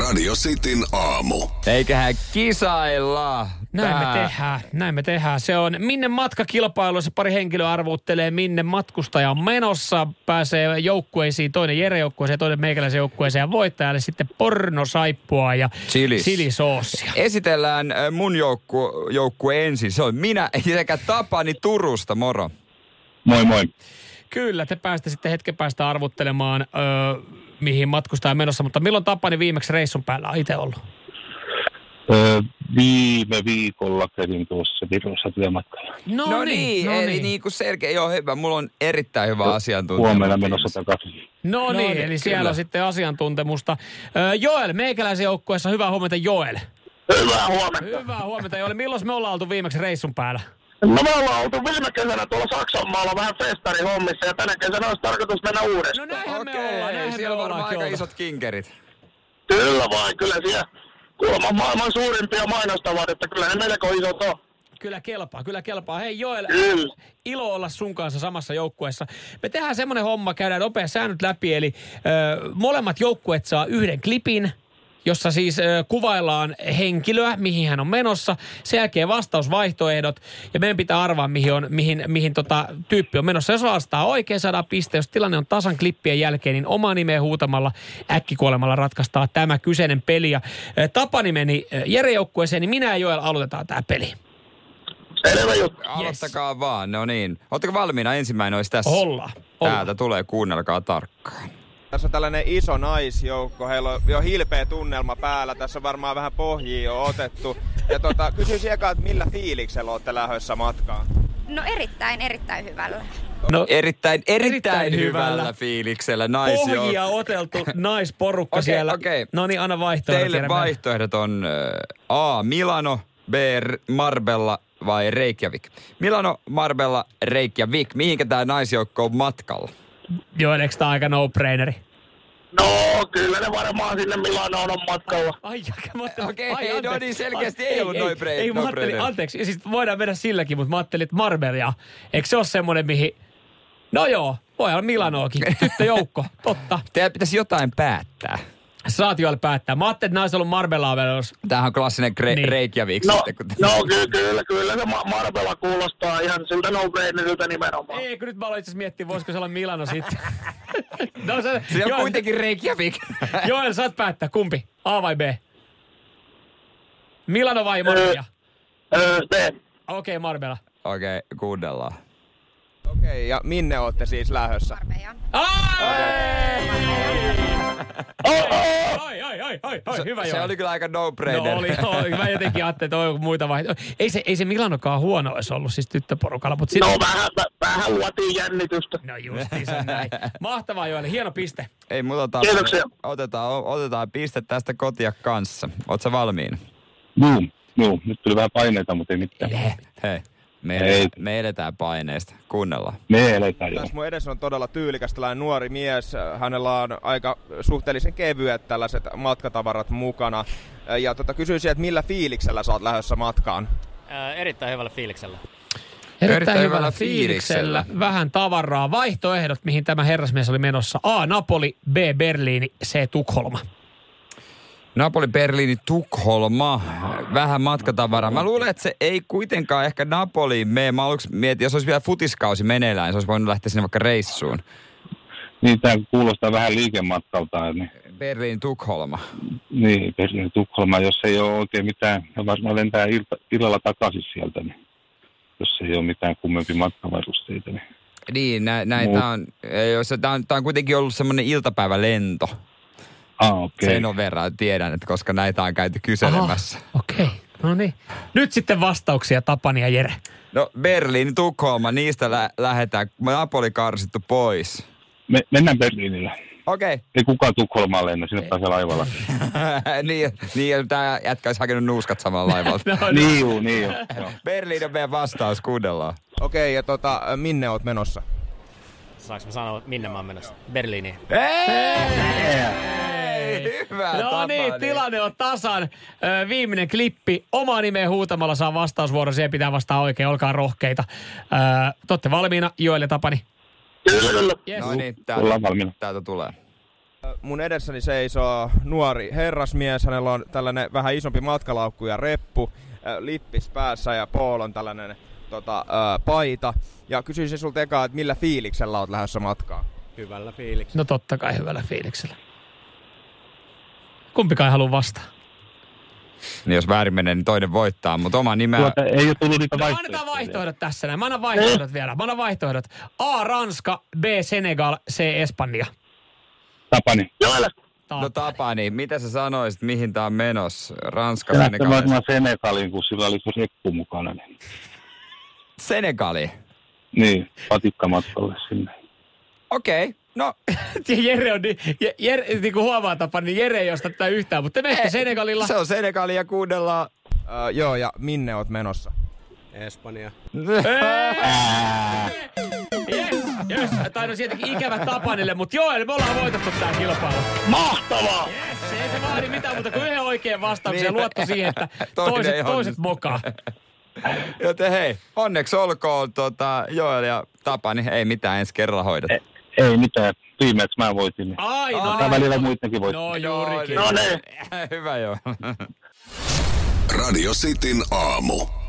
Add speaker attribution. Speaker 1: Radio Cityn aamu.
Speaker 2: Eiköhän kisailla.
Speaker 3: Näin
Speaker 2: tää.
Speaker 3: me tehdään, näin me tehdään. Se on Minne matkakilpailussa pari henkilöä arvuuttelee, minne matkustaja on menossa. Pääsee joukkueisiin, toinen Jere joukkueeseen, toinen meikäläisen joukkueeseen ja voittajalle sitten pornosaippua ja
Speaker 2: Chilis.
Speaker 3: chilisoosia.
Speaker 2: Esitellään ö, mun joukku, joukkue ensin. Se on minä sekä Tapani Turusta, moro.
Speaker 4: Moi moi.
Speaker 3: Kyllä, te päästä sitten hetken päästä arvuttelemaan, öö, mihin matkustaja on menossa. Mutta milloin Tapani viimeksi reissun päällä on itse ollut?
Speaker 4: Öö, viime viikolla kävin tuossa Virossa työmatkalla.
Speaker 2: no niin, eli niin kuin selkeä, joo hyvä, mulla on erittäin hyvä asiantuntija.
Speaker 4: Huomenna menossa takaisin.
Speaker 3: No,
Speaker 2: No
Speaker 3: niin,
Speaker 2: niin,
Speaker 3: eli
Speaker 2: kyllä.
Speaker 3: siellä on sitten asiantuntemusta. Öö, Joel, meikäläisen joukkueessa, hyvää huomenta Joel.
Speaker 4: Hyvää huomenta.
Speaker 3: Hyvää huomenta Joel, milloin me ollaan oltu viimeksi reissun päällä?
Speaker 4: No me ollaan oltu viime kesänä tuolla Saksanmaalla vähän festarihommissa ja tänä kesänä olisi tarkoitus mennä
Speaker 3: No
Speaker 4: uudestaan.
Speaker 3: näinhän
Speaker 2: Okei,
Speaker 3: me ollaan, näinhän
Speaker 2: siellä on
Speaker 3: me ollaan
Speaker 2: varmaan aika
Speaker 3: Joel.
Speaker 2: isot kinkerit.
Speaker 4: Kyllä vain, kyllä siellä kuulemma maailman suurimpia mainostavat, että kyllä ne melko isot on.
Speaker 3: Kyllä kelpaa, kyllä kelpaa. Hei Joel,
Speaker 4: Kyllä.
Speaker 3: ilo olla sun kanssa samassa joukkueessa. Me tehdään semmoinen homma, käydään nopea säännöt läpi, eli ö, molemmat joukkueet saa yhden klipin, jossa siis ö, kuvaillaan henkilöä, mihin hän on menossa. Sen jälkeen vastausvaihtoehdot, ja meidän pitää arvaa, mihin, on, mihin, mihin tota, tyyppi on menossa. Jos vastaa oikein, saadaan piste. Jos tilanne on tasan klippien jälkeen, niin oma nimeä huutamalla äkkikuolemalla ratkaistaan tämä kyseinen peli. Ja ö, Tapani meni ö, Jere joukkueeseen, niin minä ja Joel aloitetaan tämä peli.
Speaker 4: Selvä juttu.
Speaker 2: Aloittakaa vaan, no niin. Oletteko valmiina? Ensimmäinen olisi tässä.
Speaker 3: Olla. olla.
Speaker 2: Täältä tulee, kuunnelkaa tarkkaan.
Speaker 5: Tässä on tällainen iso naisjoukko, heillä on jo hilpeä tunnelma päällä, tässä on varmaan vähän pohjia jo otettu. Ja tota, kysyisin eka, että millä fiiliksellä olette lähdössä matkaan?
Speaker 6: No erittäin, erittäin hyvällä.
Speaker 3: No,
Speaker 2: Erittäin, erittäin,
Speaker 3: Erittäin
Speaker 2: hyvällä.
Speaker 3: hyvällä.
Speaker 2: fiiliksellä naisjoukko.
Speaker 3: pohjia oteltu naisporukka
Speaker 2: Okei,
Speaker 3: siellä.
Speaker 2: okei.
Speaker 3: No niin, anna vaihtoehdot.
Speaker 2: Teille
Speaker 3: Jeremiah.
Speaker 2: vaihtoehdot on äh, A. Milano, B. R- Marbella vai Reykjavik. Milano, Marbella, Reykjavik. Mihinkä tämä naisjoukko on matkalla?
Speaker 3: Joo, eikö tää aika no-braineri?
Speaker 4: No, kyllä ne varmaan sinne Milanoon on matkalla.
Speaker 3: Ai, ai, mä ajattelin-
Speaker 2: Okei,
Speaker 3: ai,
Speaker 2: no
Speaker 3: anteeksi.
Speaker 2: niin, selkeästi
Speaker 3: Ai,
Speaker 2: ei ollut no-brain-
Speaker 3: Ei, mä ajattelin,
Speaker 2: no-brainer.
Speaker 3: anteeksi, Ja siis voidaan mennä silläkin, mutta mä ajattelin, että Marberia. Eikö se ole semmonen, mihin... No joo, voi olla Milanoakin. Tyttöjoukko, totta.
Speaker 2: Teillä pitäisi jotain päättää.
Speaker 3: Saat Joel päättää. Mä ajattelin, että nais ollut Marbelaa velos.
Speaker 2: Tämähän on klassinen Gre-
Speaker 3: Niin.
Speaker 2: Reykjavik.
Speaker 4: No,
Speaker 2: kun...
Speaker 4: no kyllä, kyllä, kyllä se Ma- Marbella kuulostaa ihan siltä no-braineriltä nimenomaan.
Speaker 3: Ei, kun nyt mä aloin itse asiassa miettiä, voisiko se olla Milano sitten. no se,
Speaker 2: Se on
Speaker 3: Joel-
Speaker 2: kuitenkin Reykjavik.
Speaker 3: Joel, saat päättää, kumpi? A vai B? Milano vai Marbella?
Speaker 4: Öö, se.
Speaker 3: Okei, okay, Marbella.
Speaker 2: Okei, kuunnellaan.
Speaker 5: Okei, okay, ja minne olette siis lähössä?
Speaker 6: Armeija.
Speaker 4: Oh, oh!
Speaker 3: Ai, ai, ai, ai, ai, hyvä
Speaker 2: se
Speaker 3: Joel.
Speaker 2: oli kyllä aika
Speaker 3: No
Speaker 2: no-brainer.
Speaker 3: oli, oli. Mä jotenkin ajattelin, että on joku muita vaihtoehtoja. Ei se, ei se Milanokaan huono olisi ollut siis tyttöporukalla, mutta
Speaker 4: No
Speaker 3: sitten...
Speaker 4: vähän, vä- vähän luotiin jännitystä.
Speaker 3: No justiinsa näin. Mahtavaa Joel, hieno piste.
Speaker 2: Ei muuta tapaa.
Speaker 4: Kiitoksia.
Speaker 2: Otetaan, o- otetaan piste tästä kotia kanssa. Ootko valmiina?
Speaker 4: Juu, juu. Nyt tuli vähän paineita, mutta ei mitään.
Speaker 2: Hei, me
Speaker 4: Ei.
Speaker 2: eletään, me eletään paineista. Kuunnellaan.
Speaker 4: Me eletään
Speaker 5: Tässä mun edessä on todella tyylikäs tällainen nuori mies. Hänellä on aika suhteellisen kevyet tällaiset matkatavarat mukana. Ja tota, kysyisin, että millä fiiliksellä sä oot lähdössä matkaan?
Speaker 7: Ää, erittäin hyvällä fiiliksellä.
Speaker 3: Erittäin hyvällä fiiliksellä. Vähän tavaraa. Vaihtoehdot, mihin tämä herrasmies oli menossa. A. Napoli, B. Berliini, C. Tukholma.
Speaker 2: Napoli, Berliini, Tukholma. Vähän matkatavaraa. Mä luulen, että se ei kuitenkaan ehkä Napoliin mene. Mä aluksi mietin, jos olisi vielä futiskausi meneillään, niin se olisi voinut lähteä sinne vaikka reissuun.
Speaker 8: Niin, tämä kuulostaa vähän liikematkalta. Niin,
Speaker 2: Berliin, Tukholma.
Speaker 8: niin Berliini, Tukholma, jos ei ole oikein mitään, ja varmaan lentää ilta, illalla takaisin sieltä, niin, jos ei ole mitään kummempi matkavarusteita. Niin.
Speaker 2: Niin, nä, näin
Speaker 8: Mut-
Speaker 2: tää on, ei oo se- tää on, tää on kuitenkin ollut semmoinen iltapäivälento.
Speaker 8: Ah, okei.
Speaker 2: Sen on verran tiedän, että koska näitä on käyty kyselemässä.
Speaker 3: Aha, Okei, okay. no niin. Nyt sitten vastauksia Tapani ja Jere.
Speaker 2: No Berliin, Tukholma, niistä lä- lähdetään. Napoli karsittu pois.
Speaker 8: Me, mennään Berliinillä.
Speaker 2: Okei,
Speaker 8: Ei kukaan Tukholmaan lennä, sinne pääsee laivalla.
Speaker 2: niin, niin tämä jätkä olisi hakenut nuuskat samalla laivalla.
Speaker 8: niin juu, niin juu. joo.
Speaker 2: Berliin on meidän vastaus, kuunnellaan.
Speaker 5: Okei, okay, ja tota, minne oot menossa?
Speaker 7: Saanko mä sanoa, minne mä oon menossa? Berliiniin.
Speaker 2: Hei! Hyvä
Speaker 3: No niin, tilanne on tasan. Ö, viimeinen klippi. Oma nimeä huutamalla saa vastausvuoro. Siihen pitää vastaa oikein. Olkaa rohkeita. Ö, te olette valmiina, Joel ja Tapani.
Speaker 4: Kyllä, kyllä.
Speaker 3: Yes.
Speaker 2: No niin, täältä,
Speaker 8: Ollaan valmiina.
Speaker 2: täältä tulee.
Speaker 9: Mun edessäni seisoo nuori herrasmies, hänellä on tällainen vähän isompi matkalaukku ja reppu, äh, lippis päässä ja Paul on tällainen tota, äh, paita. Ja kysyisin sulta ekaa, että millä fiiliksellä oot lähdössä matkaan?
Speaker 5: Hyvällä fiiliksellä.
Speaker 3: No totta kai hyvällä fiiliksellä. Kumpikaan ei halua vastaa.
Speaker 2: Niin jos väärin menee, niin toinen voittaa, mutta oma nimeä...
Speaker 4: Tuota, ei ole tullut niitä
Speaker 3: No annetaan
Speaker 4: vaihtoehtoja.
Speaker 3: vaihtoehdot tässä näin. Mä annan vaihtoehdot vielä. Mä annan vaihtoehdot. A. Ranska, B. Senegal, C. Espanja.
Speaker 4: Tapani.
Speaker 10: Joelle,
Speaker 2: No Tapani, mitä sä sanoisit, mihin tää on menossa? Ranska,
Speaker 4: Se näytti
Speaker 2: Senegal.
Speaker 4: varmaan Senegalin, kun sillä oli se reppu mukana. Niin,
Speaker 2: Senegali.
Speaker 4: niin patikkamatkalla sinne.
Speaker 2: Okei, okay. no
Speaker 3: Ja Jere on niin, Je- Jere, niin kuin huomaa tapa, niin Jere ei osta tätä yhtään, mutta te menette Senegalilla.
Speaker 2: se on Senegali ja kuudellaan.
Speaker 9: Äh, joo, ja minne oot menossa?
Speaker 5: Espanja.
Speaker 3: Yes, yes. Tai no tietenkin ikävä Tapanille, mutta joo, eli me ollaan voitettu tää kilpailu.
Speaker 10: mahtavaa!
Speaker 3: Yes, ei se vaadi mitään, mutta kun yhden oikean vastauksen ja
Speaker 2: Niin.
Speaker 3: luotto siihen, että
Speaker 2: Toinen
Speaker 3: toiset,
Speaker 2: ei
Speaker 3: toiset
Speaker 2: onnistu.
Speaker 3: mokaa.
Speaker 2: Joten hei, onneksi olkoon tota, Joel ja Tapani. Ei mitään, ensi kerralla hoidat.
Speaker 4: Ei mitään, viimeksi mä voitin. niin.
Speaker 3: Ai, no,
Speaker 4: Tää
Speaker 3: niin.
Speaker 4: välillä muitakin voitti.
Speaker 3: no juurikin.
Speaker 2: No niin. Hyvä Joel.
Speaker 1: Radio Cityn aamu.